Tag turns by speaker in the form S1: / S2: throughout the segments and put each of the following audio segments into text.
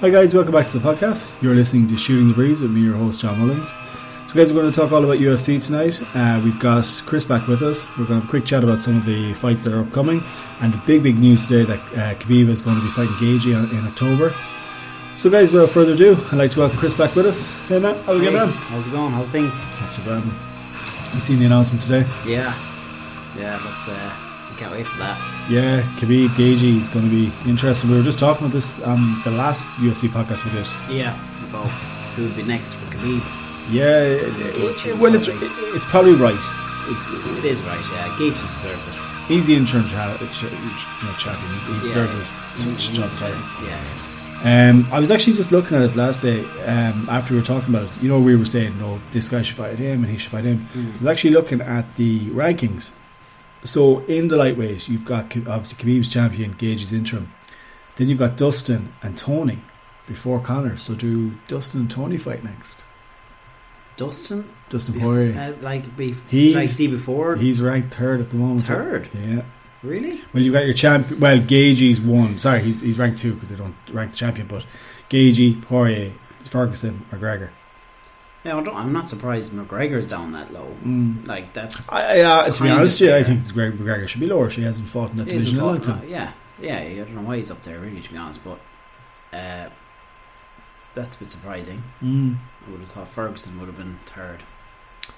S1: Hi, guys, welcome back to the podcast. You're listening to Shooting the Breeze with me, your host, John Mullins. So, guys, we're going to talk all about UFC tonight. Uh, we've got Chris back with us. We're going to have a quick chat about some of the fights that are upcoming and the big, big news today that uh, Khabib is going to be fighting Gaige in, in October. So, guys, without further ado, I'd like to welcome Chris back with us. Hey, man, how are we
S2: Hey,
S1: getting on?
S2: how's it going? How's things?
S1: Not too bad. man. You seen the announcement today?
S2: Yeah, yeah. Looks. Uh, I can't wait for that.
S1: Yeah, Khabib Gaige is going to be interesting. We were just talking about this on the last UFC podcast we did.
S2: Yeah. About who would be next for Khabib?
S1: Yeah, it- it- it- well, it's it's probably right.
S2: It, it is right. Yeah, Gage deserves it.
S1: He's the interim cha- ch- you know, champion. He- He deserves his
S2: He-
S1: his
S2: he's,
S1: job
S2: uh,
S1: title.
S2: Yeah.
S1: Um, I was actually just looking at it last day um, after we were talking about it. You know, we were saying, no, this guy should fight him and he should fight him. I
S2: Mm.
S1: was actually looking at the rankings. So in the lightweight, you've got K- obviously Khabib's champion, Gage's interim. Then you've got Dustin and Tony before Connor. So do Dustin and Tony fight next?
S2: Dustin.
S1: Dustin
S2: bef-
S1: Poirier.
S2: uh, like be
S1: He's-
S2: like see before.
S1: He's ranked third at the moment.
S2: Third?
S1: Yeah.
S2: really?
S1: Well, you've got your champ. Well, Gagey's one. Sorry, he's, he's ranked two because they don't rank the champion. But Gagey, Poirier, Ferguson, McGregor.
S2: Yeah. I don't, I'm not surprised McGregor's down that low.
S1: Mm.
S2: Like that's.
S1: I, I, uh, to be
S2: Kind of
S1: honest, yeah, I
S2: fair.
S1: think McGregor, McGregor should be lower. She hasn't fought in that
S2: it is
S1: division. I liked
S2: important,
S1: him.
S2: right? Yeah. Yeah. I don't know why he's up there really, to be honest. But uh, that's a bit surprising.
S1: Mm.
S2: I would have thought Ferguson would have been third.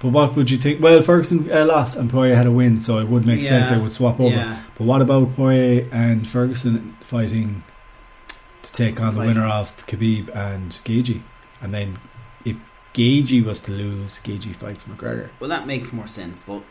S1: But what would you think? Well, Ferguson uh, lost and Poirier had a win, so it would make sense
S2: Yeah.
S1: they would swap over.
S2: Yeah.
S1: But what about Poirier and Ferguson fighting to take on the
S2: Fighting.
S1: winner of Khabib and Gagey? And then if Gagey was to lose, Gagey fights McGregor.
S2: Well, that makes more sense, but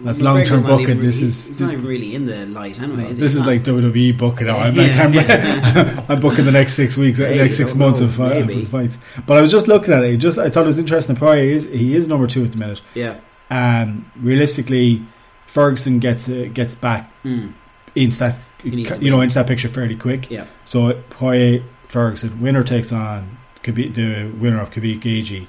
S1: That's
S2: McGregor's
S1: long-term
S2: not
S1: booking.
S2: even-
S1: This
S2: he's-
S1: is-
S2: he's not even really in the light anyway. is he?
S1: this
S2: He's
S1: is
S2: not.
S1: like WWE booking. Now. I'm,
S2: Yeah,
S1: like, I'm,
S2: yeah.
S1: I'm booking the next six weeks, the
S2: Maybe,
S1: next six
S2: oh,
S1: months
S2: no,
S1: of, fi- of
S2: maybe.
S1: fights. But I was just looking at it. Just I thought it was interesting. Poirier is he is number two at the minute.
S2: yeah,
S1: Um, realistically, Ferguson gets uh, gets back
S2: mm,
S1: into that
S2: He needs to
S1: you know
S2: win.
S1: into that picture fairly quick.
S2: yeah,
S1: So Poirier Ferguson winner takes on Khabib, the winner of Khabib Gagey.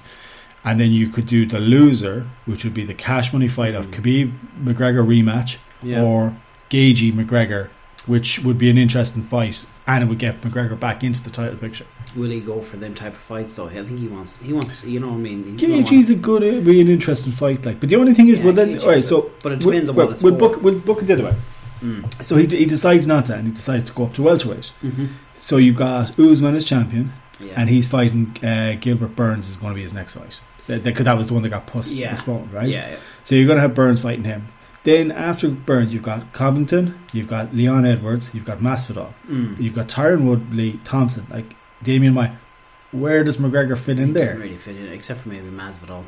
S1: And then you could do the loser, which would be the cash money fight of
S2: Mm.
S1: Khabib McGregor rematch,
S2: yeah.
S1: or Gagey McGregor, which would be an interesting fight, and it would get McGregor back into the title picture.
S2: Will he go for them type of fights? So I think he wants. He wants. You know what I mean? He's gonna
S1: Gagey's a good, it'd be an interesting fight. Like, but the only thing is,
S2: Yeah,
S1: well, then,
S2: Gaethje,
S1: all right, so
S2: want- but it depends on
S1: we'll,
S2: what it's
S1: we'll
S2: for.
S1: book, we'll book it the other way.
S2: Mm.
S1: So he, he decides not to, and he decides to go up to welterweight.
S2: hmm
S1: So you've got Usman as champion,
S2: Yeah.
S1: and he's fighting uh, Gilbert Burns is going to be his next fight. That, that, 'cause that was the one that got pus-
S2: Yeah.
S1: postponed, right?
S2: Yeah, yeah.
S1: So you're going to have Burns fighting him. Then after Burns, you've got Covington, you've got Leon Edwards, you've got Masvidal.
S2: Mm.
S1: You've got Tyron Woodley, Thompson, like Damian Maya. Where does McGregor fit in
S2: He
S1: there?
S2: doesn't really fit in, except for maybe Masvidal.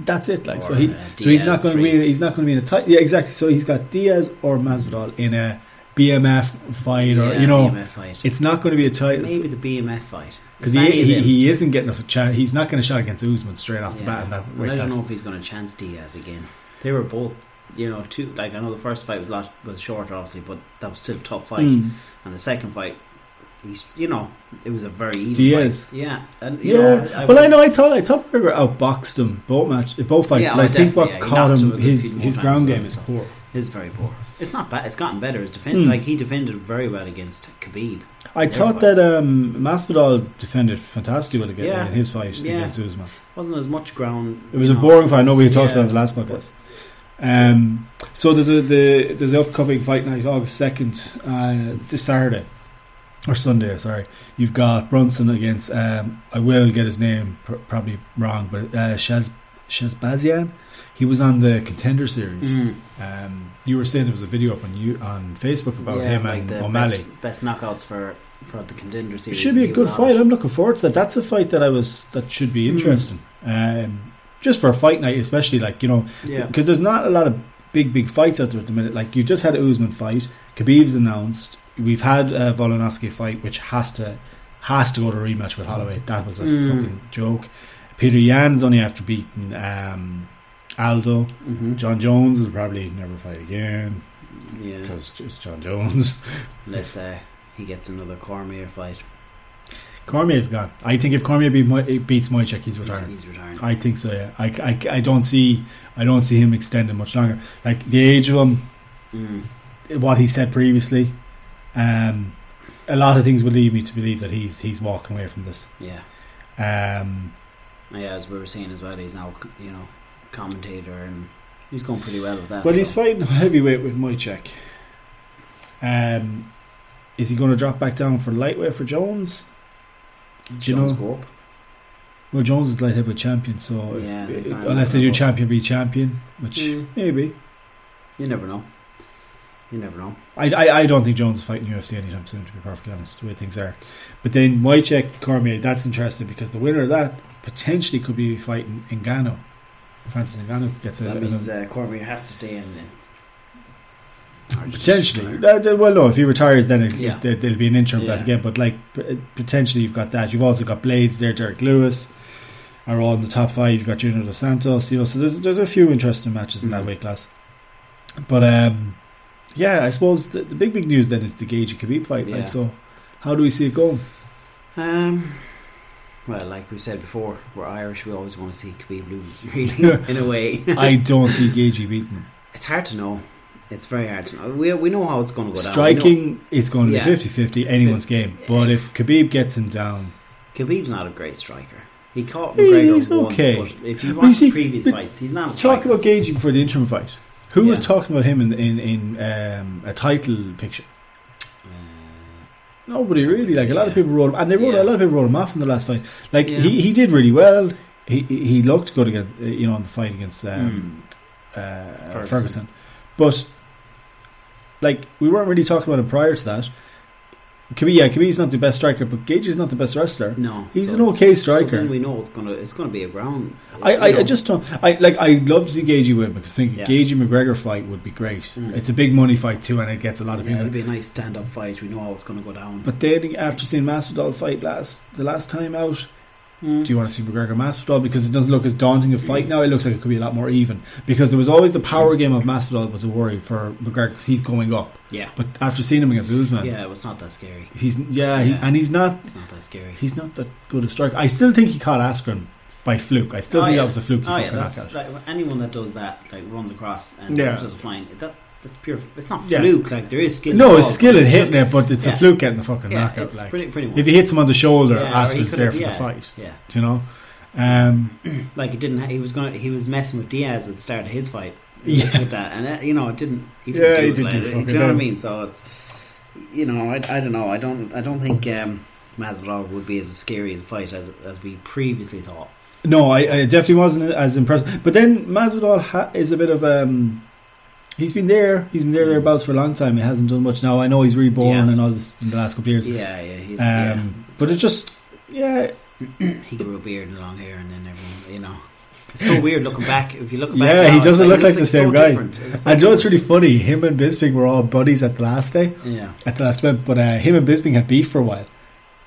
S1: That's it. Like so,
S2: Or,
S1: he
S2: uh,
S1: so he's not
S2: Diaz
S1: going to
S2: three.
S1: be he's not going to be in a tight. Yeah, exactly. So he's got Diaz or Masvidal in a BMF fight, or
S2: Yeah,
S1: you know,
S2: BMF fight.
S1: it's not going to be a title
S2: maybe the BMF fight
S1: because
S2: If any
S1: he,
S2: of
S1: he,
S2: them-
S1: he isn't getting a chance. He's not going to shot against Usman straight off the
S2: Yeah.
S1: bat. And that,
S2: Well,
S1: wait,
S2: I don't
S1: that's,
S2: know if he's going to chance Diaz again. They were both, you know, two. Like I know the first fight was lot was shorter, obviously, but that was still a tough fight.
S1: Mm.
S2: And the second fight, he's, you know, it was a very even
S1: Diaz.
S2: fight. Yeah, and
S1: Yeah,
S2: you know,
S1: well, I
S2: would-
S1: know. I thought I thought McGregor outboxed him both match, both fights.
S2: Yeah,
S1: but I
S2: oh,
S1: think
S2: definitely,
S1: what
S2: yeah, he
S1: caught
S2: knocked him
S1: him
S2: a good
S1: his
S2: few more
S1: his
S2: times
S1: ground
S2: as well,
S1: game is
S2: so.
S1: poor.
S2: It's very poor. It's not bad. It's gotten better. His defense,
S1: Hmm.
S2: like he defended very well against Khabib.
S1: I
S2: Their
S1: thought
S2: fight.
S1: that um, Masvidal defended fantastically well again
S2: Yeah.
S1: in his fight
S2: Yeah.
S1: against Usman.
S2: Wasn't as much ground.
S1: It was
S2: you
S1: a
S2: know,
S1: boring fight. I know we had talked
S2: yeah.
S1: about it in the last podcast. Um, so there's a the there's an upcoming fight night August second uh, this Saturday or Sunday. Sorry, you've got Brunson against um, I will get his name pr- probably wrong, but uh, Shaz Shazbazian. He was on the Contender Series.
S2: Mm.
S1: Um, you were saying there was a video up on you on Facebook about
S2: Yeah,
S1: him
S2: like
S1: and
S2: the
S1: O'Malley.
S2: Best, best knockouts for for the contender
S1: It
S2: series.
S1: should be
S2: He
S1: a
S2: was
S1: good
S2: on
S1: fight.
S2: it.
S1: I'm looking forward to that. That's a fight that I was that should be
S2: Hmm.
S1: interesting. Um, just for a fight night, especially like you know
S2: Yeah.
S1: because there's not a lot of big, big fights out there at the minute. Like you just had a Usman fight, Khabib's announced. We've had a Volkanovski fight, which has to has to go to rematch with Holloway. That was a
S2: Mm.
S1: fucking joke. Peter Yan's only after beating um, Aldo.
S2: Mm-hmm.
S1: John Jones will probably never fight again
S2: Yeah.
S1: because it's John Jones.
S2: Unless uh, he gets another Cormier fight.
S1: Cormier's gone. I think if Cormier beat Mo- beats Moicek, he's
S2: He's
S1: retiring.
S2: He's retiring.
S1: I think so. Yeah, I, I, I don't see I don't see him extending much longer. Like the age of him,
S2: Mm.
S1: what he said previously. Um, a lot of things would lead me to believe that he's he's walking away from this.
S2: Yeah.
S1: Um,
S2: Yeah, as we were saying as well, he's now, you know, commentator and he's going pretty well with that.
S1: well, he's
S2: so-
S1: fighting heavyweight with Mychek. Um, is he going to drop back down for lightweight for Jones? Do you know?
S2: Jones go up.
S1: Well, Jones is light heavyweight champion, so if-
S2: Yeah, they can't-
S1: unless they do champion v champion, which
S2: Mm,
S1: maybe.
S2: you never know. You never know.
S1: I, I, I don't think Jones is fighting UFC anytime soon, to be perfectly honest, the way things are. But then Mychek Cormier, that's interesting because the winner of that potentially could be fighting Ngannou. Francis Ngannou gets
S2: So
S1: a,
S2: that
S1: a-
S2: means uh, Cormier has to stay in then. Or just-
S1: Potentially, That- that- well, no. If he retires, then it,
S2: Yeah.
S1: there, there'll be an interim that
S2: Yeah.
S1: again. But like p- potentially, you've got that. You've also got Blades there. Derek Lewis are all in the top five. You've got Junior Dos Santos. You know, so there's there's a few interesting matches in that
S2: Mhm.
S1: weight class. But um, yeah, I suppose the, the big big news then is the Gage Khabib fight.
S2: Yeah.
S1: Like, so how do we see it going?
S2: Um, well, like we said before, we're Irish. We always want to see Khabib lose, really, in a way.
S1: I don't see Gage beaten.
S2: It's hard to know. It's very hard to know. We, we know how it's going to go down. We know-
S1: Striking, it's going to
S2: Yeah.
S1: be 50-50, anyone's game. But if Khabib gets him down,
S2: Khabib's not a great striker. He caught
S1: He-
S2: McGregor
S1: he's
S2: once,
S1: okay.
S2: but if you
S1: But you
S2: watch
S1: see,
S2: previous
S1: but
S2: fights, he's not a
S1: Talk
S2: striker.
S1: about Gagey before the interim fight. Who was
S2: Yeah.
S1: talking about him in in, in um, a title picture?
S2: Uh,
S1: Nobody really. Like a lot of
S2: Yeah.
S1: people wrote him, and they wrote
S2: Yeah.
S1: a lot of people wrote him off in the last fight. Like
S2: Yeah.
S1: he, he did really well. He he he looked good again. uh, You know, in the fight against um, uh,
S2: Hmm. Ferguson.
S1: Ferguson. but like we weren't really talking about him prior to that. Khabib, yeah, Khabib's not the best striker, but Gagey's not the best wrestler.
S2: no,
S1: He's
S2: so
S1: an
S2: it's-
S1: okay
S2: So
S1: striker.
S2: then we know it's gonna it's gonna be a ground.
S1: I,
S2: you
S1: I, I
S2: know.
S1: just don't. I like. I love to see Gagey win because I think
S2: Yeah.
S1: a Gagey McGregor fight would be great.
S2: Mm.
S1: It's a big money fight too, and it gets a lot of
S2: yeah,
S1: people.
S2: it'll be a nice stand up fight. We know how it's gonna go down.
S1: But then after seeing Masvidal fight last the last time out,
S2: Mm.
S1: do you want to see McGregor Masvidal because it doesn't look as daunting a fight now? It looks like it could be a lot more even because there was always the power game of Masvidal was a worry for McGregor because he's going up.
S2: yeah,
S1: But after seeing him against Usman,
S2: yeah, it was not that scary.
S1: he's yeah, He,
S2: Yeah.
S1: and he's not
S2: It's not that scary.
S1: he's not that good a striker. I still think he caught Askren by fluke. I still
S2: Oh,
S1: think
S2: yeah.
S1: that was a fluky
S2: Oh yeah,
S1: fucking
S2: that's
S1: knockout.
S2: like anyone that does that like runs across and
S1: Yeah.
S2: does a flying. That that's pure. It's not
S1: Yeah.
S2: fluke. Like there is skill.
S1: No,
S2: involved,
S1: it's skill
S2: but
S1: in hitting
S2: just-
S1: it, but it's
S2: yeah.
S1: a fluke getting the fucking
S2: Yeah,
S1: knockout.
S2: it's
S1: Like
S2: pretty pretty much.
S1: if he hits him on the shoulder,
S2: Yeah, or he
S1: Askren's
S2: could've-
S1: there for
S2: yeah.
S1: the fight.
S2: yeah,
S1: Do you know? Um,
S2: like it didn't. ha- He was going. to He was messing with Diaz at the start of his fight.
S1: Yeah.
S2: with that, and that, you know, it didn't. He didn't
S1: Yeah,
S2: do
S1: he
S2: it
S1: didn't
S2: like,
S1: do
S2: that.
S1: fucking
S2: you know what I
S1: that.
S2: mean? So it's, you know, I, I don't know. I don't. I don't think um, Masvidal would be as scary as a fight as as we previously thought.
S1: No, I, I definitely wasn't as impressed. But then Masvidal ha- is a bit of um, he's been there, he's been there thereabouts for a long time. He hasn't done much now. I know he's reborn
S2: Mm. Yeah.
S1: and all this in the last couple of years.
S2: Yeah, yeah, he's,
S1: um, but it's just yeah,
S2: yeah. He grew a beard and long hair, and then everyone, you know, it's so weird looking back. If you look back,
S1: Yeah, he
S2: now, it's
S1: doesn't look
S2: it
S1: like
S2: looks
S1: the same
S2: so
S1: guy.
S2: different. It's
S1: I know it's really funny. Him and Bisping were all buddies at the last day,
S2: yeah,
S1: at the last event. But uh, him and Bisping had beef for a while.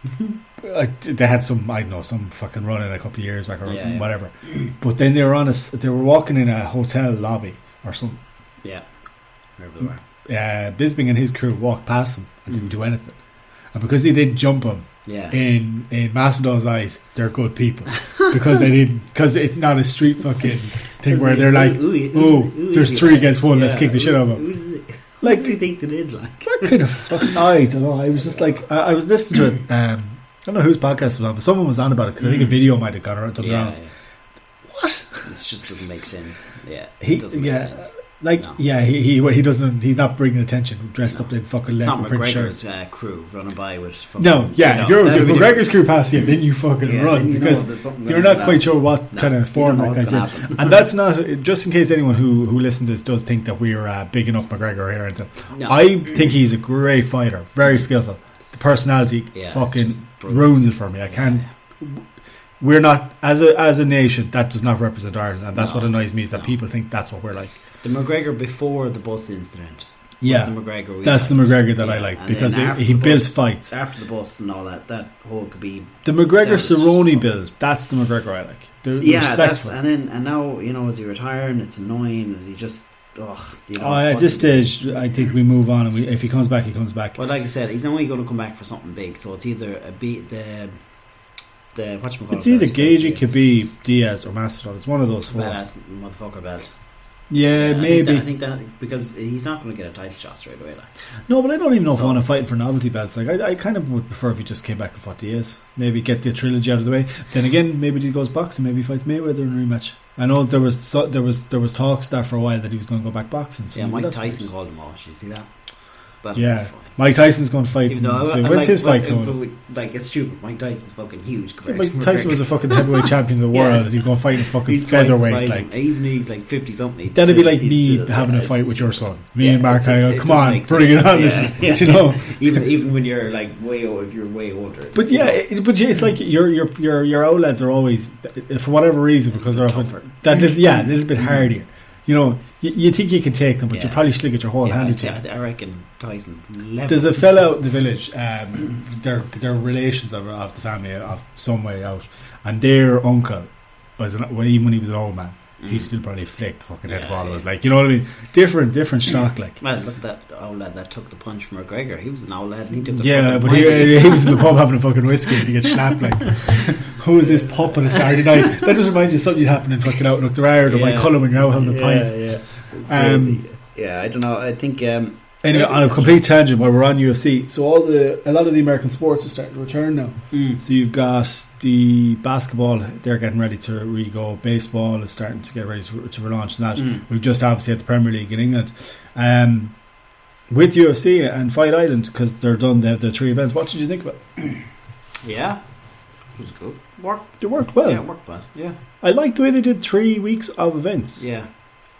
S2: Mm-hmm.
S1: Uh, they had some, I don't know, some fucking run in a couple of years back or
S2: Yeah, yeah.
S1: whatever. But then they were on a, s- they were walking in a hotel lobby or some
S2: yeah. Wherever they were.
S1: uh, Bisping and his crew walked past him and didn't do anything. And because they didn't jump him,
S2: Yeah,
S1: in in Masvidal's eyes, they're good people because they didn't because it's not a street fucking thing where they're like, "Oh, there's three against one. Let's kick the shit out of him."
S2: him. Like,
S1: Like-
S2: who do you think that is like?
S1: What kind of fucking? I don't know. I was just like, I, I was listening to it. Um, I don't know whose podcast it was on, but someone was on about it because I
S2: Mm.
S1: think a video might have gone around. done the rounds. What?
S2: It just doesn't make sense. Yeah,
S1: He-
S2: it doesn't make
S1: yeah,
S2: sense.
S1: Like,
S2: No.
S1: yeah, he, he he doesn't. He's not bringing attention. Dressed
S2: No.
S1: up in fucking
S2: It's not
S1: leopard print shirts.
S2: McGregor's uh, crew running by with. Fucking,
S1: No, yeah, if
S2: you
S1: you're
S2: know,
S1: if
S2: that'd be
S1: McGregor's crew past you, then you fucking
S2: different. Yeah,
S1: run
S2: then you know
S1: because
S2: there's something
S1: you're
S2: going
S1: not
S2: on.
S1: quite sure what
S2: No,
S1: kind of
S2: you
S1: form
S2: don't know
S1: that
S2: what's
S1: guy's
S2: gonna
S1: in.
S2: happen.
S1: And that's not just in case anyone who who listens to this does think that we're uh, bigging up McGregor here. And uh,
S2: No.
S1: I think he's a great fighter, very skillful. The personality
S2: Yeah, it's
S1: fucking
S2: just brutal.
S1: ruins it for me. I can't. We're not as a as a nation that does not represent Ireland, and that's
S2: No,
S1: what annoys me is that
S2: no.
S1: people think that's what we're like.
S2: The McGregor before the bus incident. was
S1: Yeah,
S2: the McGregor. we
S1: that's the
S2: liked.
S1: McGregor that I
S2: Yeah,
S1: like
S2: and
S1: because
S2: then
S1: it,
S2: after
S1: he
S2: the
S1: builds
S2: bus-
S1: fights.
S2: After the bus and all that, that whole could be.
S1: The McGregor
S2: That was-
S1: Cerrone build. That's the McGregor I like. The, the
S2: Yeah,
S1: respect
S2: that's
S1: for it.
S2: and then and now you know as he retiring, it's annoying. Is he just? Ugh, you know,
S1: Oh, at
S2: what's
S1: this
S2: he-
S1: stage, I think we move on. And we, if he comes back, he comes back.
S2: Well, like I said, he's only going to come back for something big. So it's either a beat the the what
S1: It's either Gagey, Khabib, Diaz, or Mastodon. It's one of those four.
S2: badass motherfucker belt.
S1: Yeah,
S2: I
S1: Uh, maybe.
S2: Think that, I think that because he's not going to get a title shot straight away. Like,
S1: No, but I don't even know if I
S2: So-
S1: want to fight for novelty belts. Like, I, I kind of would prefer if he just came back and fought Diaz. Maybe get the trilogy out of the way. Then again, maybe he goes boxing. Maybe he fights Mayweather in a rematch. I know there was so, there was there was talks there for a while that he was going to go back boxing. So
S2: yeah,
S1: maybe
S2: Mike
S1: that's
S2: Tyson
S1: what-
S2: called him out. You see that? That'll
S1: Yeah.
S2: be fine.
S1: Mike Tyson's going to fight.
S2: Even though I-
S1: him. So
S2: I
S1: when's
S2: like-
S1: his fight
S2: like,
S1: coming?
S2: but we- Like it's stupid. Mike Tyson's fucking huge.
S1: Yeah,
S2: Compared
S1: Mike
S2: to
S1: Tyson was a fucking heavyweight champion of the
S2: Yeah.
S1: world. He's going to fight a fucking
S2: He's twice the
S1: featherweight.
S2: size of
S1: Like
S2: him. even though he's like fifty something. it's
S1: that'd be
S2: still-
S1: like
S2: it's
S1: me
S2: still-
S1: having a
S2: it's-
S1: fight with your son. Me
S2: yeah,
S1: and Mark
S2: it just-
S1: Tyson.
S2: it
S1: Come
S2: doesn't
S1: on,
S2: make
S1: bring it
S2: sense.
S1: on.
S2: Yeah.
S1: You know.
S2: even even when you're like way old, if you're way older.
S1: But yeah, it, but yeah, it's like your your your your outlads are always, for whatever reason, because they're often
S2: Tougher. Mm-hmm.
S1: that little, yeah, a little bit hardier. You know, you, you think you can take them, but you
S2: Yeah.
S1: probably still get your whole
S2: Yeah,
S1: handed to you.
S2: I, I reckon Tyson. level.
S1: There's a fella out in the village. Um, they're they're relations of, of the family of some way out, and their uncle was an, well, even when he was an old man,
S2: Mm.
S1: he still probably flicked fucking head
S2: Yeah,
S1: followers.
S2: yeah.
S1: Like you know what I mean? Different different stock like.
S2: Man, look at that old lad that took the punch from McGregor. He was an old lad and he took the
S1: Yeah,
S2: fucking
S1: but
S2: punch.
S1: he, he was in the pub having a fucking whiskey and he gets slapped like, who is this pup on a Saturday night? That just reminds you of something happening fucking out in the Ireland or by
S2: Yeah.
S1: Cullum when you're out having a pint.
S2: yeah. It's
S1: Um,
S2: crazy. yeah, I don't know. I think um,
S1: Anyway, on a complete tangent, while we're on UFC, so all the a lot of the American sports are starting to return now. So you've got the basketball; they're getting ready to re-go. Baseball is starting to get ready to, to relaunch that.
S2: Mm.
S1: We've just obviously had the Premier League in England. Um, with UFC and Fight Island because they're done. They have their three events. What did you think about? it?
S2: yeah, it was good. Work,
S1: It worked well.
S2: yeah, it worked well. Yeah,
S1: I like the way they did three weeks of events.
S2: yeah,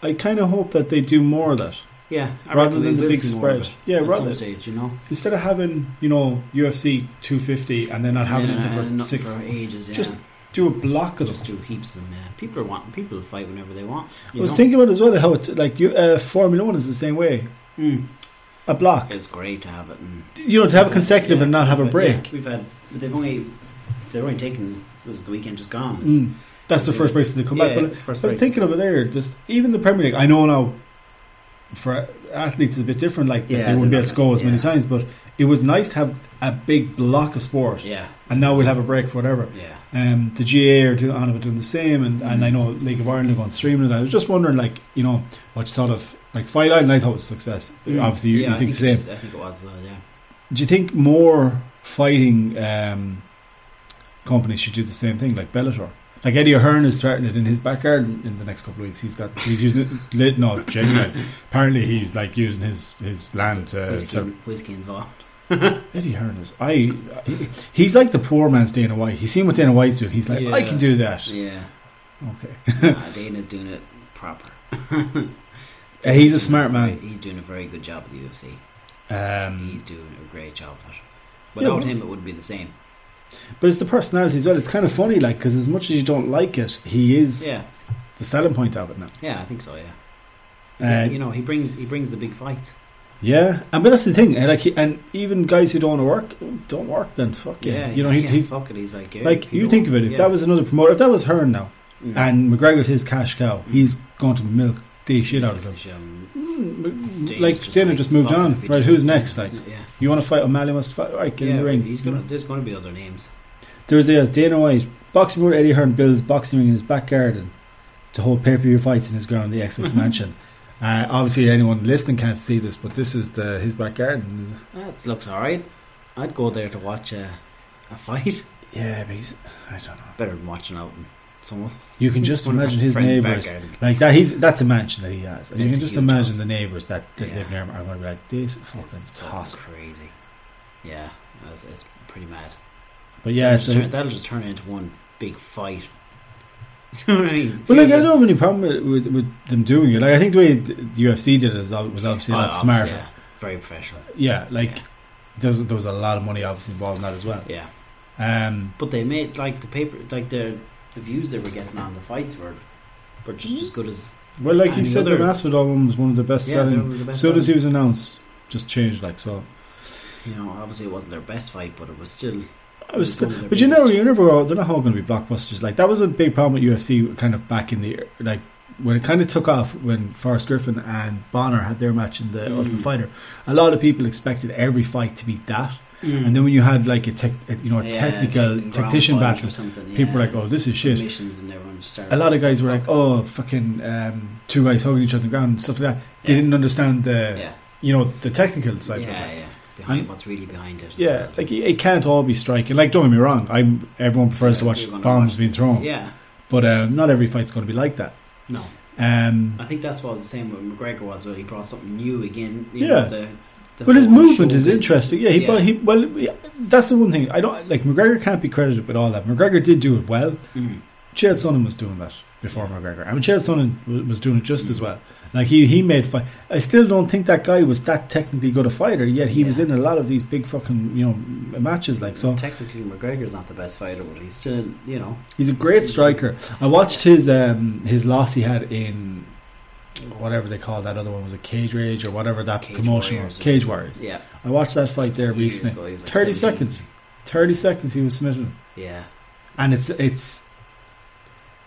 S1: I kind of hope that they do more of that
S2: yeah. I
S1: rather
S2: reckon
S1: than
S2: we
S1: the
S2: will
S1: big
S2: see more of
S1: spread.
S2: it
S1: Yeah,
S2: at some
S1: rather
S2: stage, you know,
S1: instead of having you know UFC 250 and then not having
S2: Yeah,
S1: it for
S2: not
S1: six,
S2: for ages. Yeah,
S1: Just
S2: just,
S1: do a block of them.
S2: do heaps of them. Yeah, people are wanting people will fight whenever they want.
S1: I
S2: You
S1: was
S2: know?
S1: thinking about it as well how it, like you, uh, Formula One is the same way.
S2: Mm.
S1: A block,
S2: It's great to have it. And
S1: you know, Oh, to have a consecutive
S2: Yeah,
S1: and not have a
S2: but
S1: break.
S2: Yeah, we've had. But they've only they've only taken was the weekend just gone. It's-
S1: Mm. That's the
S2: Yeah.
S1: first place to come
S2: yeah,
S1: back. But
S2: it's first
S1: I was
S2: break.
S1: thinking of it there. Just even the Premier League. I know now for athletes it's a bit different. Like
S2: Yeah,
S1: they wouldn't be
S2: they're
S1: able to go
S2: not-
S1: as many
S2: yeah.
S1: times. But it was nice to have a big block of sport.
S2: Yeah,
S1: And now we'll have a break for whatever.
S2: yeah.
S1: Um, the GA are doing, on about doing the same, and, and I know League of Ireland are going streaming. it. I was just wondering, like, you know, what you thought of like Fight Island. I thought it was a success. Obviously, you,
S2: Mm. Yeah,
S1: you
S2: I
S1: think the same.
S2: it was- I think it was. Uh, yeah.
S1: Do you think more fighting um, companies should do the same thing, like Bellator? Like Eddie O'Hearn is starting it in his backyard in in the next couple of weeks. He's got he's using it. lit- No, genuine. Apparently, he's like using his his land to.
S2: whiskey,
S1: to
S2: whiskey involved.
S1: Eddie Hearn is. I. he- He's like the poor man's Dana White. He's seen what Dana White's doing. He's like, I
S2: Yeah.
S1: can do that.
S2: Yeah.
S1: Okay.
S2: nah, Dana's doing it proper.
S1: Uh, he's a smart man.
S2: He's doing a very good job at the UFC.
S1: Um,
S2: He's doing a great job at it.
S1: Yeah,
S2: Without
S1: well-
S2: him, it wouldn't be the same.
S1: but it's the personality as well. It's kind of funny, like, because as much as you don't like it, he is
S2: Yeah,
S1: the selling point of it now.
S2: yeah, I think so. Yeah.
S1: Uh,
S2: Yeah, you know, he brings he brings the big fight.
S1: Yeah, and but that's the thing, and like, he- and even guys who don't want to work, don't work. Then fuck yeah,
S2: Yeah,
S1: you know, he,
S2: yeah,
S1: he's
S2: fuck it. He's like, yeah,
S1: like
S2: if
S1: you
S2: don't-
S1: think of it. If
S2: yeah.
S1: that was another promoter, if that was Hearn now,
S2: Mm.
S1: and McGregor's his cash cow, he's going to milk the shit out of him.
S2: Um,
S1: Mm,
S2: Dana's
S1: Like
S2: just
S1: Dana
S2: like,
S1: just moved
S2: fuck it
S1: on,
S2: if he
S1: right?
S2: does.
S1: Who's next? Like,
S2: yeah,
S1: you want to fight O'Malley? Must fight. All right, get in
S2: yeah,
S1: the ring.
S2: He's gonna, there's going to be other names.
S1: There was the Dana White boxing promoter Eddie Hearn builds boxing ring in his back garden to hold pay per view fights in his ground, the Exeter Mansion. Uh, obviously, anyone listening can't see this, but this is the his back garden.
S2: That looks all right. I'd go there to watch a, a fight.
S1: Yeah, but he's, I don't know.
S2: Better than watching out in someone else's.
S1: You can just
S2: One of
S1: imagine
S2: my
S1: his
S2: friends'
S1: neighbours.
S2: backyard.
S1: Like that, he's that's a mansion that he has, and you
S2: It's
S1: can
S2: a
S1: just
S2: huge
S1: imagine
S2: house.
S1: the neighbours that, that live near
S2: Yeah.
S1: him are going to be like, "This fucking
S2: It's fucking
S1: toss."
S2: crazy. Yeah, that's, that's pretty mad.
S1: But yeah,
S2: that'll, just
S1: so,
S2: turn, that'll just turn into one big fight. You know what I mean?
S1: but like I don't have any problem with, with, with them doing it. Like I think the way the UFC did it is, ob- was obviously a lot
S2: Oh,
S1: smarter.
S2: Yeah, very professional.
S1: Yeah, like
S2: Yeah.
S1: There, was, there was a lot of money obviously involved in that as well.
S2: Yeah,
S1: Um,
S2: but they made like the paper, like the the views they were getting on the fights were were just as good as
S1: well, like he
S2: And the
S1: said, the
S2: other-
S1: Mastodon one was one of the best
S2: yeah. they
S1: selling.
S2: were the
S1: As
S2: best
S1: soon as he
S2: selling.
S1: was announced, just changed like so.
S2: you know, obviously it wasn't their best fight, but it was still.
S1: I was,
S2: It was one of their
S1: but you never,
S2: biggest.
S1: you never, know, they're not all going to be blockbusters. Like that was a big problem with UFC, kind of back in the like when it kind of took off when Forrest Griffin and Bonner had their match in the
S2: Mm.
S1: Ultimate Fighter. A lot of people expected every fight to be that,
S2: Mm.
S1: And then when you had like a, tech, a you know a
S2: Yeah,
S1: technical
S2: tech-
S1: tactician
S2: ground
S1: battle,
S2: fight or something, yeah.
S1: people were like, "Oh, this is shit."
S2: Submissions and everyone just started.
S1: A lot of guys were like, "Oh, fucking um, two guys hugging each other on the ground and stuff like that." They
S2: Yeah.
S1: didn't understand the
S2: yeah,
S1: you know the technical
S2: yeah,
S1: side of it. like.
S2: yeah. Behind
S1: And-
S2: what's really behind it. as
S1: Yeah,
S2: well.
S1: like it it can't all be striking. Like don't get me wrong, I'm everyone prefers
S2: Yeah,
S1: to watch
S2: you're gonna
S1: bombs
S2: watch-
S1: being thrown,
S2: yeah,
S1: but um, not every fight's going to be like that.
S2: no,
S1: Um,
S2: I think that's what the same with McGregor was. Well, he brought something new again. You
S1: Yeah.
S2: know, the, the
S1: well, his
S2: whole
S1: movement is
S2: showbiz.
S1: interesting. Yeah, he, well, he well, yeah, that's the one thing I don't like. McGregor can't be credited with all that. McGregor did do it well.
S2: Mm.
S1: Chad Sonnen was doing that before McGregor. I mean, Chad Sonnen w- was doing it just as well. Like he he made fight. I still don't think that guy was that technically good a fighter. Yet he was
S2: Yeah.
S1: in a lot of these big fucking you know m- matches. Like so,
S2: Technically, McGregor's not the best fighter, but he's still, you know,
S1: he's a great striker. I watched his um his loss he had in whatever they call that other one was a cage rage or whatever that
S2: Cage
S1: promotion
S2: Warriors.
S1: was. Cage Warriors.
S2: yeah.
S1: I watched that fight there
S2: Years
S1: recently.
S2: ago, he was like
S1: 30
S2: 17.
S1: seconds. 30 seconds he was submitted.
S2: Yeah,
S1: And it's it's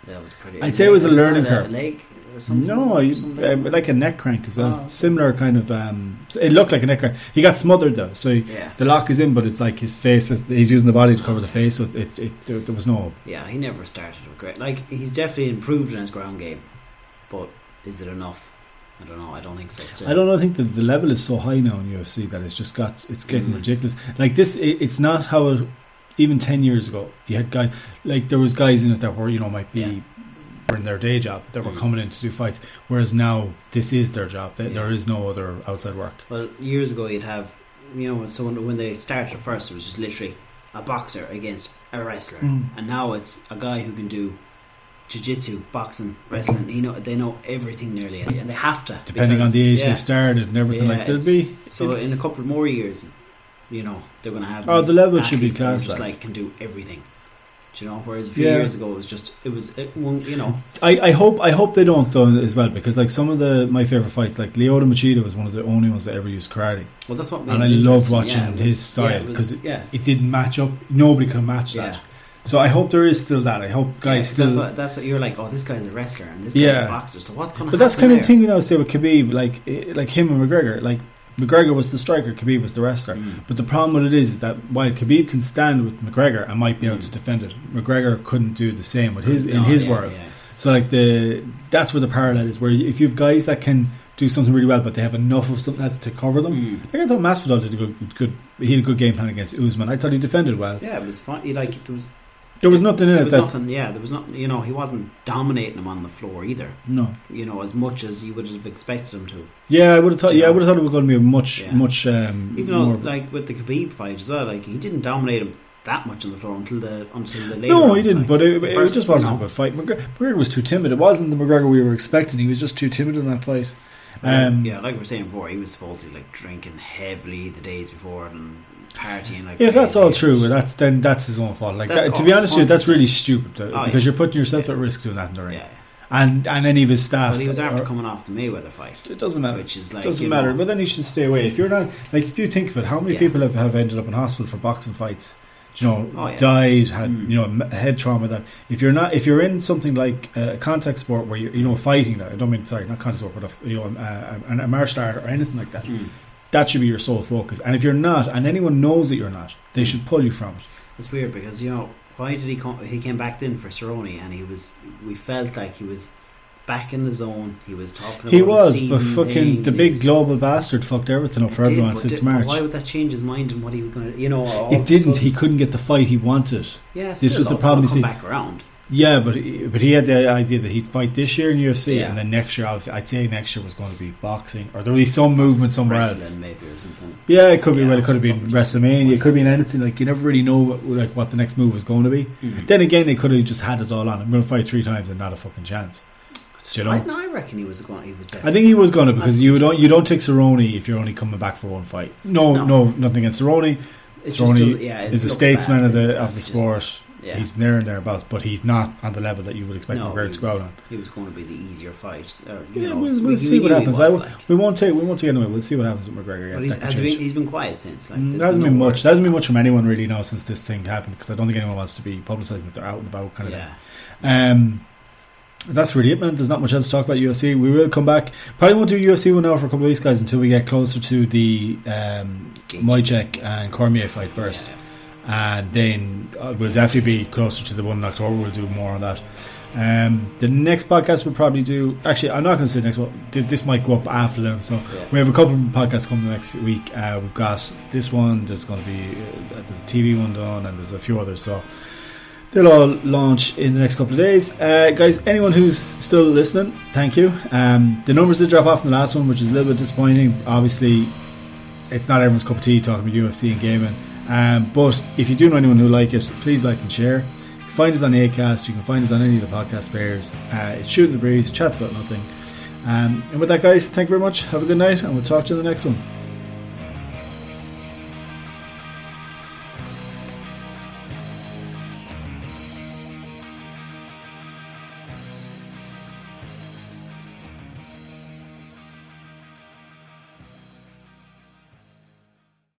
S2: that was pretty.
S1: I'd say it was a
S2: that
S1: learning
S2: a
S1: curve.
S2: Leg or something?
S1: no, you,
S2: Something?
S1: uh, like a neck crank as well.
S2: Oh, okay.
S1: Similar kind of um it looked like a neck crank. He got smothered though. So he-
S2: yeah,
S1: the lock is in but it's like his face is, he's using the body to cover the face so it, it, it there, there was no
S2: yeah. He never started with great. Like he's definitely improved in his ground game, but is it enough? I don't know. I don't think so. Still.
S1: I don't know. I think that the level is so high now in UFC that it's just got it's getting
S2: Mm.
S1: ridiculous. Like this, it, it's not how it, even ten years ago you had guys like there was guys in it that were you know might be
S2: Yeah.
S1: were in their day job that were
S2: Mm.
S1: coming in to do fights, whereas now this is their job. There, there
S2: Yeah.
S1: is no other outside work.
S2: Well, years ago, you'd have, you know, when someone when they started first, it was just literally a boxer against a wrestler,
S1: Mm.
S2: and now it's a guy who can do jiu-jitsu, boxing, wrestling. You know, they know everything nearly, and they have to
S1: Depending on
S2: because-
S1: the age
S2: yeah.
S1: they started and everything
S2: Yeah,
S1: like there'll
S2: it's-
S1: be
S2: So in a couple more years, you know, they're going to have.
S1: Oh,
S2: these
S1: the level should be
S2: athletes that are Just
S1: class-like.
S2: like can do everything. Do you know? Whereas a few
S1: Yeah.
S2: years ago, it was just it was it, well, you know.
S1: I, I hope I hope they don't though as well because like some of the my favorite fights like Leota Machida was one of the only ones that ever used karate.
S2: Well, that's what. made
S1: And
S2: it
S1: I love
S2: interesting.
S1: watching
S2: Yeah, it
S1: his
S2: was-
S1: style
S2: yeah, it was-
S1: 'cause
S2: yeah,
S1: It didn't match up. Nobody can match that.
S2: yeah.
S1: So I hope there is still that. I hope guys
S2: Yeah, 'cause
S1: still.
S2: That's what, that's what you're like. Oh, this guy's a wrestler and this guy's
S1: Yeah.
S2: a boxer. So what's going to?
S1: but that's kind of the thing we now say with Khabib, like eh, like him and McGregor. Like McGregor was the striker, Khabib was the wrestler.
S2: Mm.
S1: But the problem with it is that while Khabib can stand with McGregor and might be able
S2: Mm.
S1: to defend it, McGregor couldn't do the same with his in his world.
S2: Oh, Yeah,
S1: So like the that's where the parallel is. Where if you've guys that can do something really well, but they have enough of something else to cover them.
S2: Mm.
S1: Like I thought Masvidal did a good, good he had a good game plan against Usman. I thought he defended well.
S2: yeah, it was fun. He, like there was,
S1: There was nothing in
S2: there
S1: it
S2: was
S1: that
S2: nothing. Yeah, there was not. You know, he wasn't dominating him on the floor either.
S1: no.
S2: You know, as much as you would have expected him to.
S1: Yeah, I would have thought.
S2: You
S1: Yeah, I
S2: know?
S1: would have thought it was going to be a much,
S2: Yeah.
S1: much um,
S2: Even though,
S1: more.
S2: like with the Khabib fight as well, like he didn't dominate him that much on the floor until the until the later.
S1: no, he
S2: rounds,
S1: didn't.
S2: like,
S1: But it,
S2: the
S1: it
S2: first,
S1: just wasn't
S2: you
S1: a good fight. McGregor, McGregor was too timid. It wasn't the McGregor we were expecting. He was just too timid in that fight.
S2: know.
S1: Um,
S2: yeah, like we were saying before, he was supposedly like drinking heavily the days before and partying. Like
S1: If that's all
S2: crazy.
S1: true, well, that's then that's his own fault. Like
S2: That's
S1: that, to
S2: all-
S1: be honest with you, that's
S2: 100%.
S1: really stupid uh,
S2: Oh,
S1: because
S2: yeah.
S1: you're putting yourself
S2: Yeah.
S1: at risk doing that in the ring,
S2: yeah.
S1: and and any of his staff.
S2: Well, he was after
S1: or-
S2: coming off the Mayweather fight,
S1: it doesn't matter.
S2: which is like
S1: doesn't
S2: you know,
S1: matter. But then you should stay away. If you're not like, if you think of it, how many
S2: Yeah.
S1: people have, have ended up in hospital for boxing fights? You know,
S2: Oh, yeah.
S1: died, had
S2: Mm.
S1: you know m- head trauma. That if you're not, if you're in something like uh, a contact sport where you you know fighting, now, I don't mean sorry, not contact sport, but a, you know a, a, a martial art or anything like that.
S2: Mm.
S1: That should be your sole focus. And if you're not, and anyone knows that you're not, they
S2: Mm.
S1: should pull you from it.
S2: It's weird because you know why did he come? He came back then for Cerrone, and he was. We felt like he was back in the zone. He was talking. About
S1: He
S2: his
S1: was, but
S2: season
S1: fucking
S2: thing,
S1: the
S2: he
S1: big
S2: was-
S1: global bastard fucked everything up for
S2: It did,
S1: everyone
S2: but
S1: since
S2: did- but
S1: March.
S2: Why would that change his mind and what he was going to? You know, all of
S1: It
S2: a
S1: didn't.
S2: sudden-
S1: He couldn't get the fight he wanted.
S2: Yeah,
S1: This was the problem,
S2: Come
S1: you see.
S2: back around.
S1: Yeah, but he, but he had the idea that he'd fight this year in UFC,
S2: Yeah.
S1: and then next year, obviously, I'd say next year was going to be boxing, or there would be some movement somewhere
S2: Wrestling
S1: else.
S2: maybe or something.
S1: Yeah, it could be.
S2: Yeah,
S1: well, it could have been
S2: something just-
S1: WrestleMania. It could have been anything. Like you never really know what, like what the next move was going to be. Then again, they could have just had us all on. I'm going to fight three times and not a fucking chance. Do you know?
S2: I, no, I reckon he was going. He was
S1: I
S2: definitely.
S1: think he was going to because you don't you don't take Cerrone if you're only coming back for one fight. No,
S2: No.
S1: no, nothing against Cerrone.
S2: it's
S1: Cerrone
S2: a- yeah, it
S1: He's a
S2: looks
S1: statesman
S2: bad,
S1: of
S2: it's
S1: the of the
S2: just-
S1: sport.
S2: Yeah.
S1: He's there and thereabouts, but he's not on the level that you would expect
S2: no,
S1: McGregor
S2: he
S1: to go out
S2: was,
S1: on.
S2: he was going to be the easier fight. Or, you
S1: Yeah,
S2: know,
S1: we'll,
S2: so
S1: we'll
S2: you
S1: see what
S2: knew he
S1: happens.
S2: was,
S1: I w-
S2: like.
S1: we won't take we won't take it away. We'll see what happens with McGregor. Yeah,
S2: But he's,
S1: that could
S2: has
S1: change.
S2: been, he's been quiet since. Like,
S1: Mm,
S2: there's
S1: there hasn't
S2: no
S1: been
S2: word.
S1: much. There hasn't been much from anyone really now since this thing happened because I don't think anyone wants to be publicising that they're out and about kind of
S2: Yeah.
S1: thing. Um, That's really it, man. There's not much else to talk about UFC. We will come back. Probably won't do UFC one now for a couple of weeks, guys, until we get closer to the um, Moicek and Cormier fight first. And then uh, we'll definitely be closer to the one in October. We'll do more on that. Um, the next podcast we'll probably do. Actually, I'm not going to say next one. Th- This might go up after them. So
S2: Yeah.
S1: we have a couple of podcasts coming next week. Uh, we've got this one. There's going to be uh, there's a TV one done, and there's a few others. So they'll all launch in the next couple of days, uh, guys. Anyone who's still listening, thank you. Um, the numbers did drop off in the last one, which is a little bit disappointing. Obviously, it's not everyone's cup of tea talking about UFC and gaming. Um, but if you do know anyone who like it, please like and share. You can find us on Acast. You can find us on any of the podcast players. Uh, it's shooting the breeze, chats about nothing. Um, and with that, guys, thank you very much. Have a good night, and we'll talk to you in the next one.